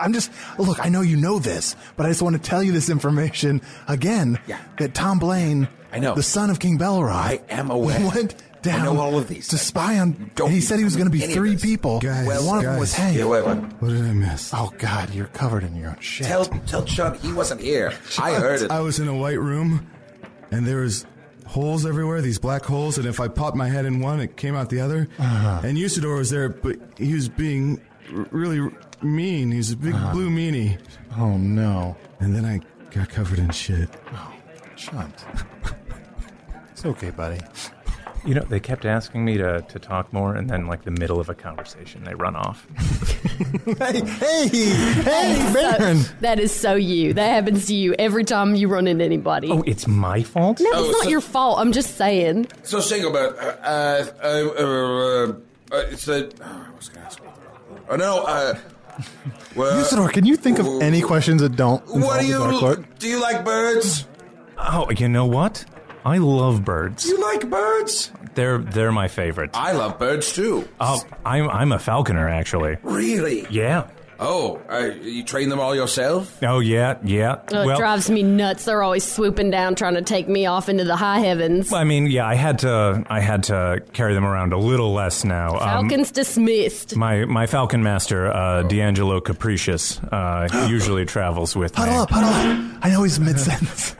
C: I'm just look. I know you know this, but I just want to tell you this information again. Yeah. That Tom Blaine,
F: I know.
C: the son of King Belrod,
F: I am aware.
C: went down
F: I know all of these.
C: to spy on.
F: Don't
C: and he said he was
F: tell
C: going to
F: me
C: be
F: any of
C: three
F: this.
C: people.
F: Guys,
C: well, one of them was
F: guys.
C: Hank.
F: Yeah, wait, wait.
C: what did I miss? Oh God, you're covered in your own shit.
F: Tell tell Chub he wasn't here. I heard it.
D: I was in a white room, and there was holes everywhere, these black holes, and if I popped my head in one, it came out the other.
C: Uh-huh.
D: And Usador was there, but he was being r- really mean. He's a big blue meanie.
C: Uh-huh. Oh no! Oh,
D: And then I got covered in shit.
C: Shunt. It's okay, buddy.
G: You know, they kept asking me to, to talk more, and then, like, the middle of a conversation, they run off.
C: hey, hey, hey,
H: That-
C: Baron.
H: that is so you. That happens to you every time you run into anybody.
G: Oh, it's my fault?
H: no,
F: Oh,
H: it's not
F: so-
H: your fault. I'm just saying.
F: So Shinglebird, uh, uh, uh, uh, uh, uh, it's a. Oh, I was going to ask. about that. Oh no. Uh, well,
C: Usador, can you think of any questions that don't involve
F: What do
C: the Dark Lord?
F: you do? You like birds?
G: Oh, you know what? I love birds.
F: Do you like birds?
G: They're they're my favorite.
F: I love birds too.
G: Oh, I'm I'm a falconer actually.
F: Really?
G: Yeah.
F: Oh, uh, you train them all yourself?
G: Oh yeah, yeah.
H: Oh, it
G: well,
H: drives me nuts. They're always swooping down, trying to take me off into the high heavens.
G: I mean, yeah, I had to I had to carry them around a little less now. Um,
H: Falcons dismissed.
G: my my falcon master, uh, D'Angelo Capricious, uh, usually travels with me.
C: Huddle up, huddle up. I know he's mid sentence.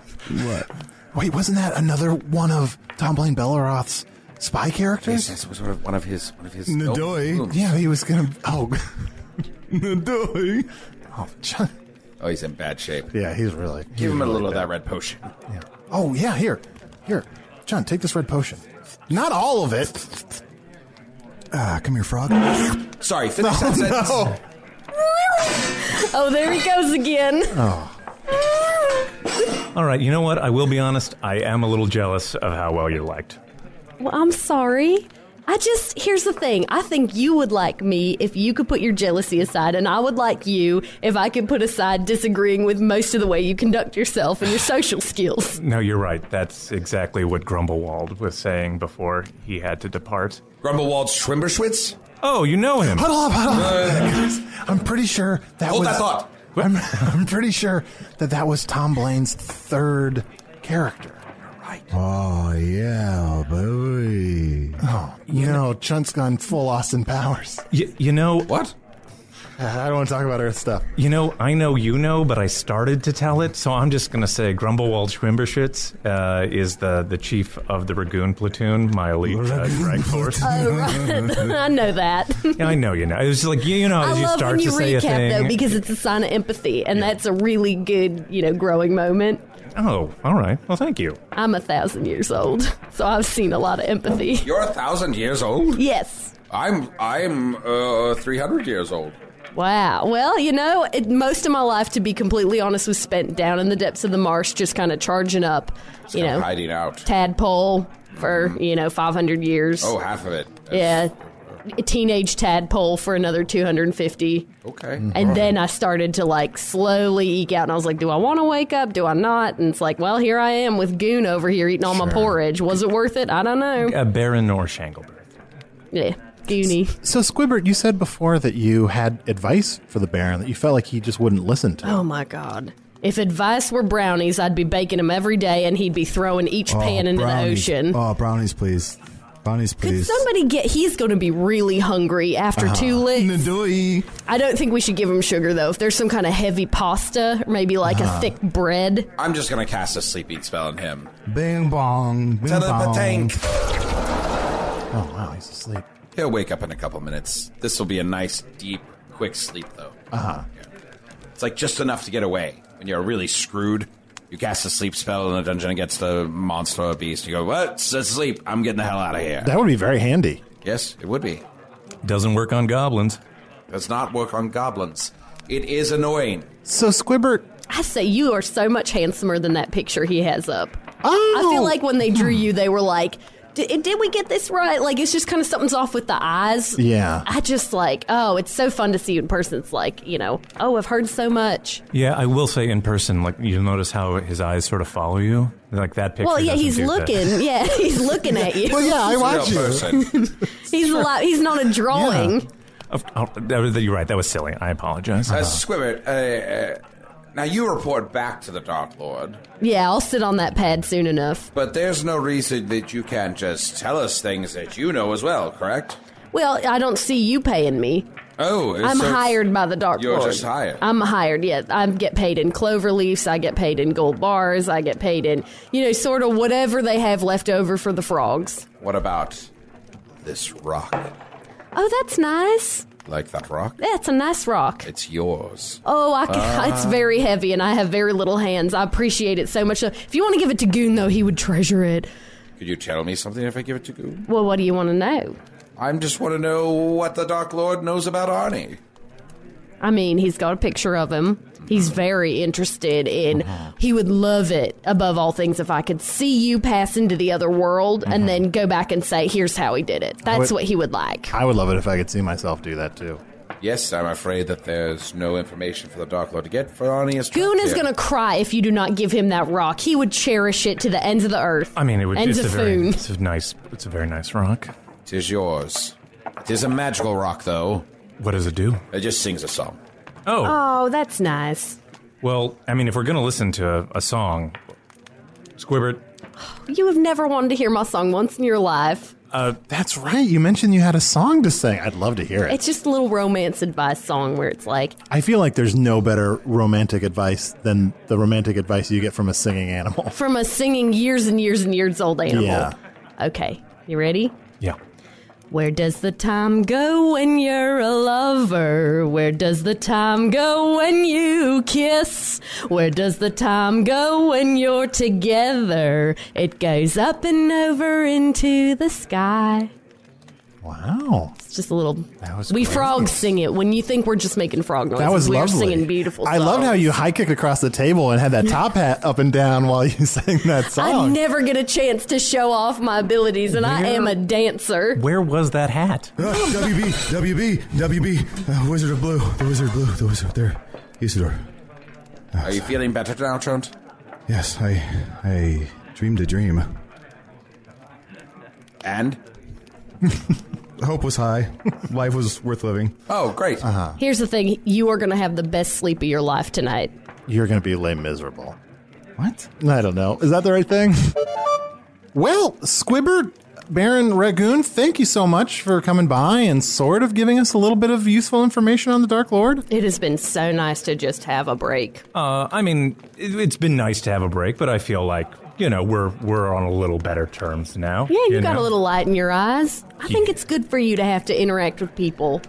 C: what? Wait, wasn't that another one of Tom Blaine Belleroth's spy characters?
F: Yes, yes, it was one of, one of his, one of his.
D: Nadoi.
F: Oh,
C: Yeah, he was gonna. Oh,
D: Nadoi.
C: oh, John.
F: oh, he's in bad shape.
C: yeah, he's really.
F: Give him a little of that red potion.
C: Oh yeah, here, here, John, take this red potion. Not all of it.
L: Ah, come here, frog.
F: Sorry, finish that sentence.
C: no.
H: Oh, there he goes again.
G: All right, you know what? I will be honest. I am a little jealous of how well you're liked.
H: Well, I'm sorry. I just, here's the thing. I think you would like me if you could put your jealousy aside, and I would like you if I could put aside disagreeing with most of the way you conduct yourself and your social skills.
G: No, you're right. That's exactly what Grumblewald was saying before he had to depart.
F: Grumblewald Schwimberschwitz?
G: Oh, you know him.
C: Huddle up, huddle up. I'm pretty sure that
F: Hold
C: was.
F: that thought.
C: I'm, I'm pretty sure that that was Tom Blaine's third character.
L: Oh, yeah, baby.
C: Oh no, Chunt's gone full Austin Powers.
G: Y- you know
F: What?
C: I don't want to talk about Earth stuff.
G: You know, I know you know, but I started to tell it, so I'm just going to say Grumblewald Schwimberschitz uh, is the, the chief of the Ragoon Platoon, my elite uh, drag force.
H: I know that.
G: Yeah, I know you know. It's like, you know, as
H: I
G: you
H: love
G: start
H: when you
G: to say a
H: recap,
G: thing.
H: though, because it's a sign of empathy, and that's a really good, you know, growing moment.
G: oh, all right. Well, thank you.
H: I'm a thousand years old, so I've seen a lot of empathy.
F: You're a thousand years old.
H: Yes.
F: I'm I'm uh, three hundred years old.
H: Wow. Well, you know, it, most of my life, to be completely honest, was spent down in the depths of the marsh, just kind of charging up, you
F: I'm
H: know,
F: hiding out.
H: tadpole for, you know, 500 years.
F: Oh, half of it.
H: Yeah. A teenage tadpole for another 250.
F: Okay.
H: And then I started to like slowly eke out, and I was like, "Do I want to wake up? Do I not?" And it's like, "Well, here I am with Goon over here eating all my porridge. Was it worth it? I don't know."
G: Uh, Baron or Shanglebird.
H: Yeah, Goonie.
C: So Squibbert, you said before that you had advice for the Baron that you felt like he just wouldn't listen to.
H: Oh my god. If advice were brownies, I'd be baking them every day and he'd be throwing each pan into the
L: Oh, brownies.
H: ocean.
L: Oh, brownies, please. Brownies,
H: Could
L: please. Uh-huh.
H: somebody get he's going to be really hungry after two licks.
L: Nadoi.
H: I don't think we should give him sugar though. If there's some kind of heavy pasta or maybe like
L: Uh-huh.
H: a thick bread.
F: I'm just gonna cast a sleeping spell on him.
L: Bing bong. Bing bong.
F: Telepatank.
C: Oh wow, he's asleep.
F: He'll wake up in a couple minutes. This will be a nice, deep, quick sleep, though. Uh huh.
C: Uh-huh.
F: It's like just enough to get away. When you're really screwed, you cast a sleep spell in a dungeon against the monster or beast. You go, what? It's asleep. I'm getting the hell out of here.
C: That would be very handy.
F: yes, it would be.
G: Doesn't work on goblins.
F: Does not work on goblins. It is annoying.
C: So Squibbert,
H: I say you are so much handsomer than that picture he has up.
C: oh,
H: I feel like when they drew you, they were like, did, did we get this right? Like, it's just kind of something's off with the eyes.
C: Yeah.
H: I just like, oh, it's so fun to see you in person. It's like, you know, oh, I've heard so much.
G: Yeah, I will say in person, like, you'll notice how his eyes sort of follow you. Like, that picture.
H: well, yeah,
G: doesn't
H: he's
G: do that.
H: looking. Yeah, he's looking at you.
C: Well, yeah, I watch
F: Real
C: you.
F: person.
H: He's a lot, he's not a drawing.
G: Of, oh, that was- you're right. That was silly. I apologize.
F: Uh, Squibbert, uh, uh, now you report back to the Dark Lord,
H: Yeah, I'll sit on that pad soon enough.
F: but there's no reason that you can't just tell us things that you know as well, correct?
H: Well, I don't see you paying me.
F: Oh,
H: I'm
F: so it's-
H: hired by the Dark
F: You're
H: Lord.
F: just hired.
H: I'm hired. Yeah, I get paid in clover leaves. I get paid in gold bars. I get paid in you know sort of whatever they have left over for the frogs.
F: What about this rock?
H: Oh, that's nice.
F: Like that rock?
H: That's a nice rock.
F: It's yours.
H: Oh, I ca-
F: Ah.
H: it's very heavy, and I have very little hands. I appreciate it so much. If you want to give it to Goon, though, he would treasure it.
F: Could you tell me something if I give it to Goon?
H: Well, what do you want to know?
F: I just want to know what the Dark Lord knows about Arnie.
H: I mean, he's got a picture of him. He's very interested in. He would love it above all things if I could see you pass into the other world and then go back and say, "Here's how he did it."
C: I
H: That's
C: would-
H: what he would like.
C: I would love it if I could see myself do that too.
F: Yes, I'm afraid that there's no information for the Dark Lord to get for Arnie. Is
H: Goon is
F: Yeah.
H: gonna cry if you do not give him that rock. He would cherish it to the ends of the earth.
G: I mean, it would.
H: ends
G: It's a
H: of
G: very.
H: Foon.
G: It's a nice. It's a very nice rock.
F: It is yours. It is a magical rock, though.
G: What does it do?
F: It just sings a song.
G: Oh,
H: Oh, that's nice.
G: well, I mean, if we're going to listen to a, a song, Squibbert,
H: You have never wanted to hear my song once in your life.
G: uh,
C: That's right. You mentioned you had a song to sing. I'd love to hear it.
H: It's just a little romance advice song where it's like,
C: I feel like there's no better romantic advice than the romantic advice you get from a singing animal.
H: from a singing years and years and years old animal.
C: Yeah.
H: Okay, you ready?
G: Yeah.
H: Where does the time go when you're a lover? Where does the time go when you kiss? Where does the time go when you're together? It goes up and over into the sky.
C: Wow.
H: It's just a little.
C: was
H: we
C: great.
H: frogs sing it when you think we're just making frog noises.
C: That was
H: we're
C: lovely.
H: singing beautiful.
C: I loved
H: songs.
C: how you high kicked across the table and had that top hat up and down while you sang that
H: I
C: song.
H: never get a chance to show off my abilities, and I
G: Where-
H: am a dancer.
G: where was that hat?
I: Ah, WB, WB, WB, uh, Wizard of Blue, the Wizard of Blue, the Wizard. There, Isidore.
F: Are you feeling better now, Trent?
I: Yes, I, I dreamed a dream.
F: And?
I: Hope was high. Life was worth living.
F: Oh, great. Uh-huh.
H: Here's the thing: you are going to have the best sleep of your life tonight.
C: You're going to be lame miserable.
I: What?
C: I don't know. Is that the right thing? Well, Squibbert, Baron Ragoon, thank you so much for coming by and sort of giving us a little bit of useful information on the Dark Lord.
H: It has been so nice to just have a break.
G: Uh, I mean, it, it's been nice to have a break, but I feel like you know we're we're on a little better terms now.
H: Yeah, you, got
G: know?
H: a little light in your eyes. I think it's good for you to have to interact with people.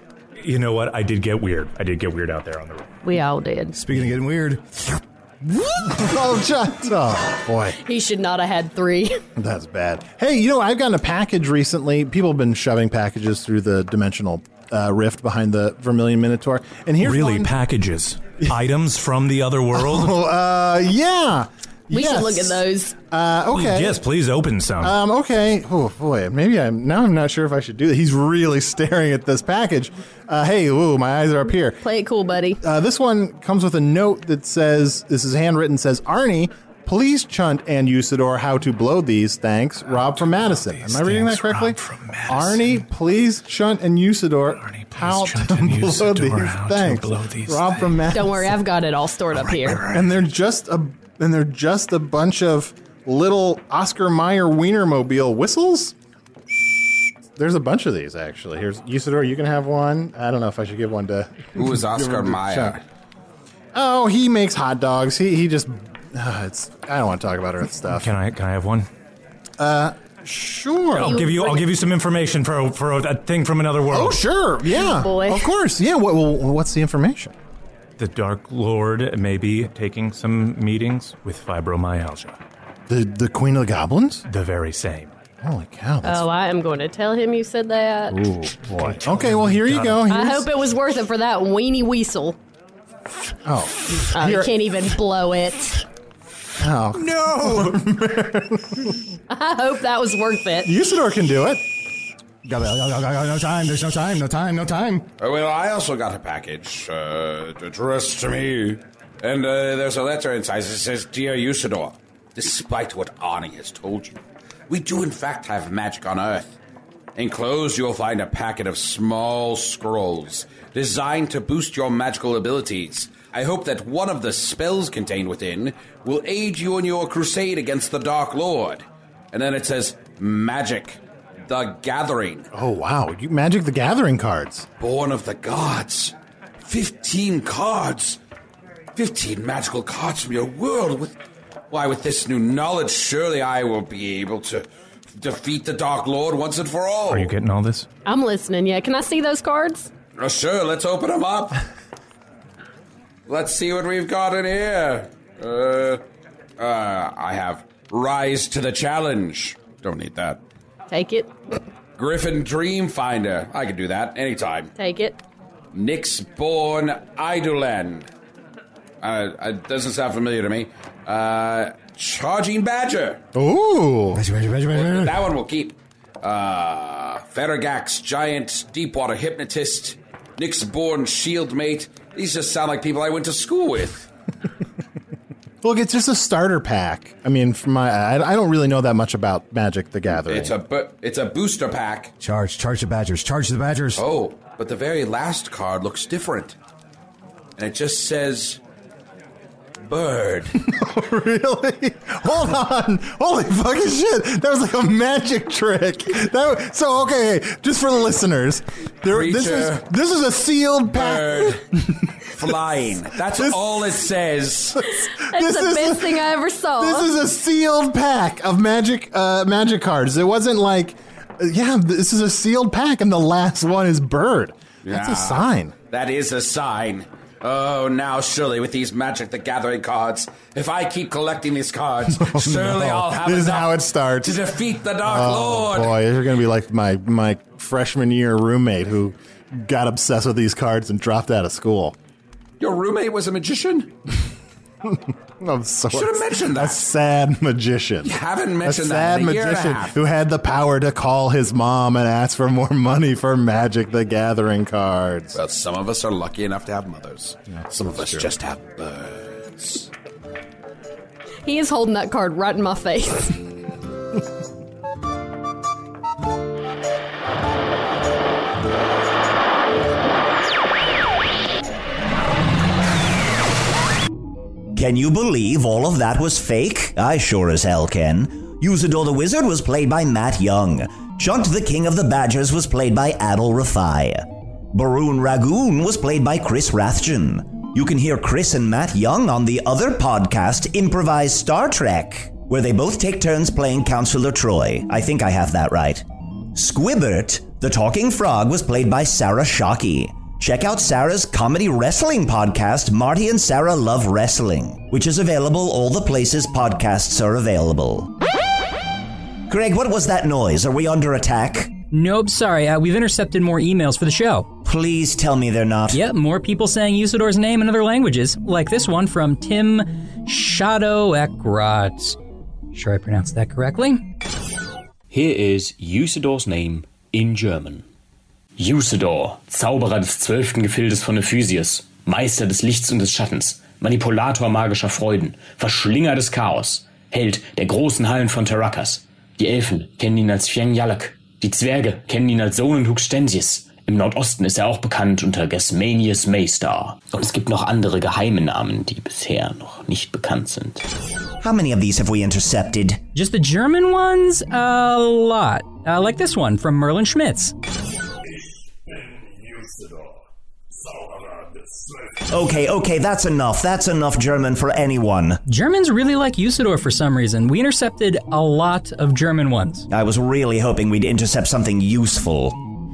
G: You know what? I did get weird. I did get weird out there on the road.
H: We all did.
I: Speaking of getting weird,
C: oh, John. Oh, boy.
H: He should not have had three.
C: That's bad. Hey, you know, I've gotten a package recently. People have been shoving packages through the dimensional uh, rift behind the Vermilion Minotaur. And here's
G: Really,
C: one-
G: packages, items from the other world.
C: Oh, uh, yeah.
H: We
C: Yes.
H: should look at those.
C: Uh, okay.
G: Yes, please open some.
C: Um, okay. Oh boy, maybe I'm now. I'm not sure if I should do that. He's really staring at this package. Uh, hey, ooh, my eyes are up here.
H: Play it cool, buddy.
C: Uh, this one comes with a note that says, "This is handwritten." Says Arnie, please Chunt and Usador how to blow these. Thanks, Rob from Madison. Am I reading that
G: Thanks, Rob
C: correctly?
G: from Madison.
C: Arnie, please Chunt and Usador
G: Arnie, please
C: how
G: Chunt
C: to
G: and
C: blow
G: Usador
C: these.
G: how to
C: Thanks,
G: blow these
C: Rob from Madison
H: Don't worry, I've got it all stored up here.
C: and they're just a and they're just a bunch of little Oscar Mayer Wienermobile whistles. There's a bunch of these actually. Here's Usador. You can have one. I don't know if I should give one to.
F: Who is Oscar
C: give one to
F: Mayer?
C: Chuck. Oh, he makes hot dogs. He he just. ah, it's. I don't want to talk about Earth stuff.
G: can I? Can I have one?
C: Sure.
G: I'll give you. I'll give you some information for for a, a thing from another world.
C: Oh, sure. Yeah.
H: boy.
C: Of course. Yeah. What, well, what's the information?
G: The Dark Lord may be taking some meetings with fibromyalgia.
C: The the Queen of the Goblins.
G: The very same.
C: Holy cow. That's,
H: Oh, I am going to tell him you said that.
C: Ooh, boy. Okay. Well, here you go.
H: I
C: Here's-
H: hope it was worth it for that weenie weasel.
C: Oh.
H: Oh, you
C: Here-
H: can't even blow it.
C: Oh.
H: I hope that was worth it.
C: Usador can do it.
I: no time. There's no time. No time. No time.
F: Uh, Well, I also got a package uh, addressed to me. And uh, there's a letter inside that says, Dear Usador, despite what Arnie has told you, we do in fact have magic on Earth. Enclosed, you will find a packet of small scrolls designed to boost your magical abilities. I hope that one of the spells contained within will aid you in your crusade against the Dark Lord. And then it says Magic the Gathering,
C: Oh wow, you Magic the Gathering cards.
F: born of the gods. 15 cards. 15 magical cards from your world with why with this new knowledge surely I will be able to defeat the Dark Lord once and for all.
G: Are you getting all this?
H: I'm listening. Yeah, can I see those cards?
F: Uh, sure, let's open them up. let's see what we've got in here. Uh, uh, I have Rise to the Challenge. Don't need that.
H: Take it.
F: Griffin Dreamfinder. I can do that anytime.
H: Take it.
F: Nixborn Idoland. Uh, it doesn't sound familiar to me. Uh, Charging Badger.
C: Ooh.
F: That one we'll keep. Uh, Ferrogax, Giant, Deepwater Hypnotist, Nixborn Shield Mate. These just sound like people I went to school with.
C: Look, it's just a starter pack. I mean, from my I, I don't really know that much about Magic the Gathering.
F: It's a bu- it's a booster pack.
C: Oh. charge, charge the Badgers, charge the Badgers.
F: Oh, but the very last card looks different, and it just says bird.
C: really? Hold on. Holy fucking shit. That was like a magic trick. That was, so okay, just for the listeners. There this is
F: Creature.
C: this is a sealed pack.
F: Flying. That's all it says.
H: That's
C: This
H: the
C: is
H: best
C: a-
H: thing I ever saw.
C: This is a sealed pack of magic uh magic cards. It wasn't like yeah, this is a sealed pack and the last one is bird.
F: Yeah.
C: That's a sign.
F: That is a sign. Oh, now surely with these Magic the Gathering cards, if I keep collecting these cards, surely
C: Oh, No.
F: I'll have
C: This is
F: enough
C: how it starts.
F: to defeat the Dark Lord.
C: Oh, Boy, you're gonna be like my my freshman year roommate who got obsessed with these cards and dropped out of school.
F: Your roommate was a magician?
C: Of sorts.
F: Should've mentioned that.
C: A sad magician. You
F: haven't mentioned
C: a
F: that
C: sad
F: in a year and a
C: magician
F: half.
C: who had the power to call his mom and ask for more money for Magic the Gathering cards.
F: Well, some of us are lucky enough to have mothers. some of us just have birds.
H: he is holding that card right in my face.
B: Can you believe all of that was fake? I sure as hell can. Usador the Wizard was played by Matt Young. Chunt the King of the Badgers was played by Adil Rafai. Baroon Ragoon was played by Chris Rathjen. You can hear Chris and Matt Young on the other podcast, Improvised Star Trek, where they both take turns playing Counselor Troy. I think I have that right. Squibbert, the talking frog, was played by Sarah Shockey. Check out Sarah's comedy wrestling podcast, Marty and Sarah Love Wrestling, which is available all the places podcasts are available. Greg, what was that noise? Are we under attack?
M: Nope, sorry. Uh, we've intercepted more emails for the show.
B: Please tell me they're not.
M: Yep, more people saying Usador's name in other languages, like this one from Tim Shadow Ekrat. Sure I pronounced that correctly?
N: Here is Usadors name in German. Usador, Zauberer des zwölften Gefildes von Ephysius, Meister des Lichts und des Schattens, Manipulator magischer Freuden, Verschlinger des Chaos, Held der großen Hallen von Terrakas. Die Elfen kennen ihn als Fien Yalak, die Zwerge kennen ihn als Sohn Huxtensius. Im Nordosten ist er auch bekannt unter Gasmanius Maystar. Und es gibt noch andere geheime Namen, die bisher noch nicht bekannt sind.
B: How many of these have we intercepted?
M: Just the German ones? A lot. Uh, like this one from Merlin Schmitz.
B: Okay, okay, that's enough. That's enough German for anyone.
M: Germans really like Usador for some reason. We intercepted a lot of German ones.
B: I was really hoping we'd intercept something useful.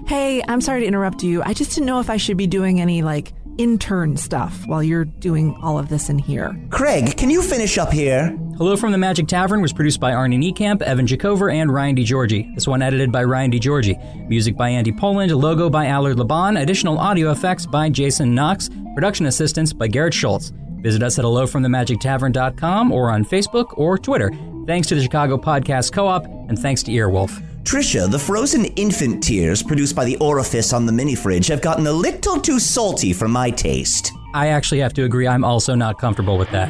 O: Hey, I'm sorry to interrupt you. I just didn't know if I should be doing any like intern stuff while you're doing all of this in here.
B: Craig, can you finish up here?
M: Hello from the Magic Tavern was produced by Arnie Niekamp, Evan Jacover, and Ryan DiGiorgi. This one edited by Ryan DiGiorgi. Music by Andy Poland, logo by Allard Laban, additional audio effects by Jason Knox, production assistance by Garrett Schultz. Visit us at hellofromthemagictavern.com or on Facebook or Twitter. Thanks to the Chicago Podcast Co-op and thanks to Earwolf.
B: Trisha, the frozen infant tears produced by the orifice on the mini fridge have gotten a little too salty for my taste.
M: I actually have to agree, I'm also not comfortable with that.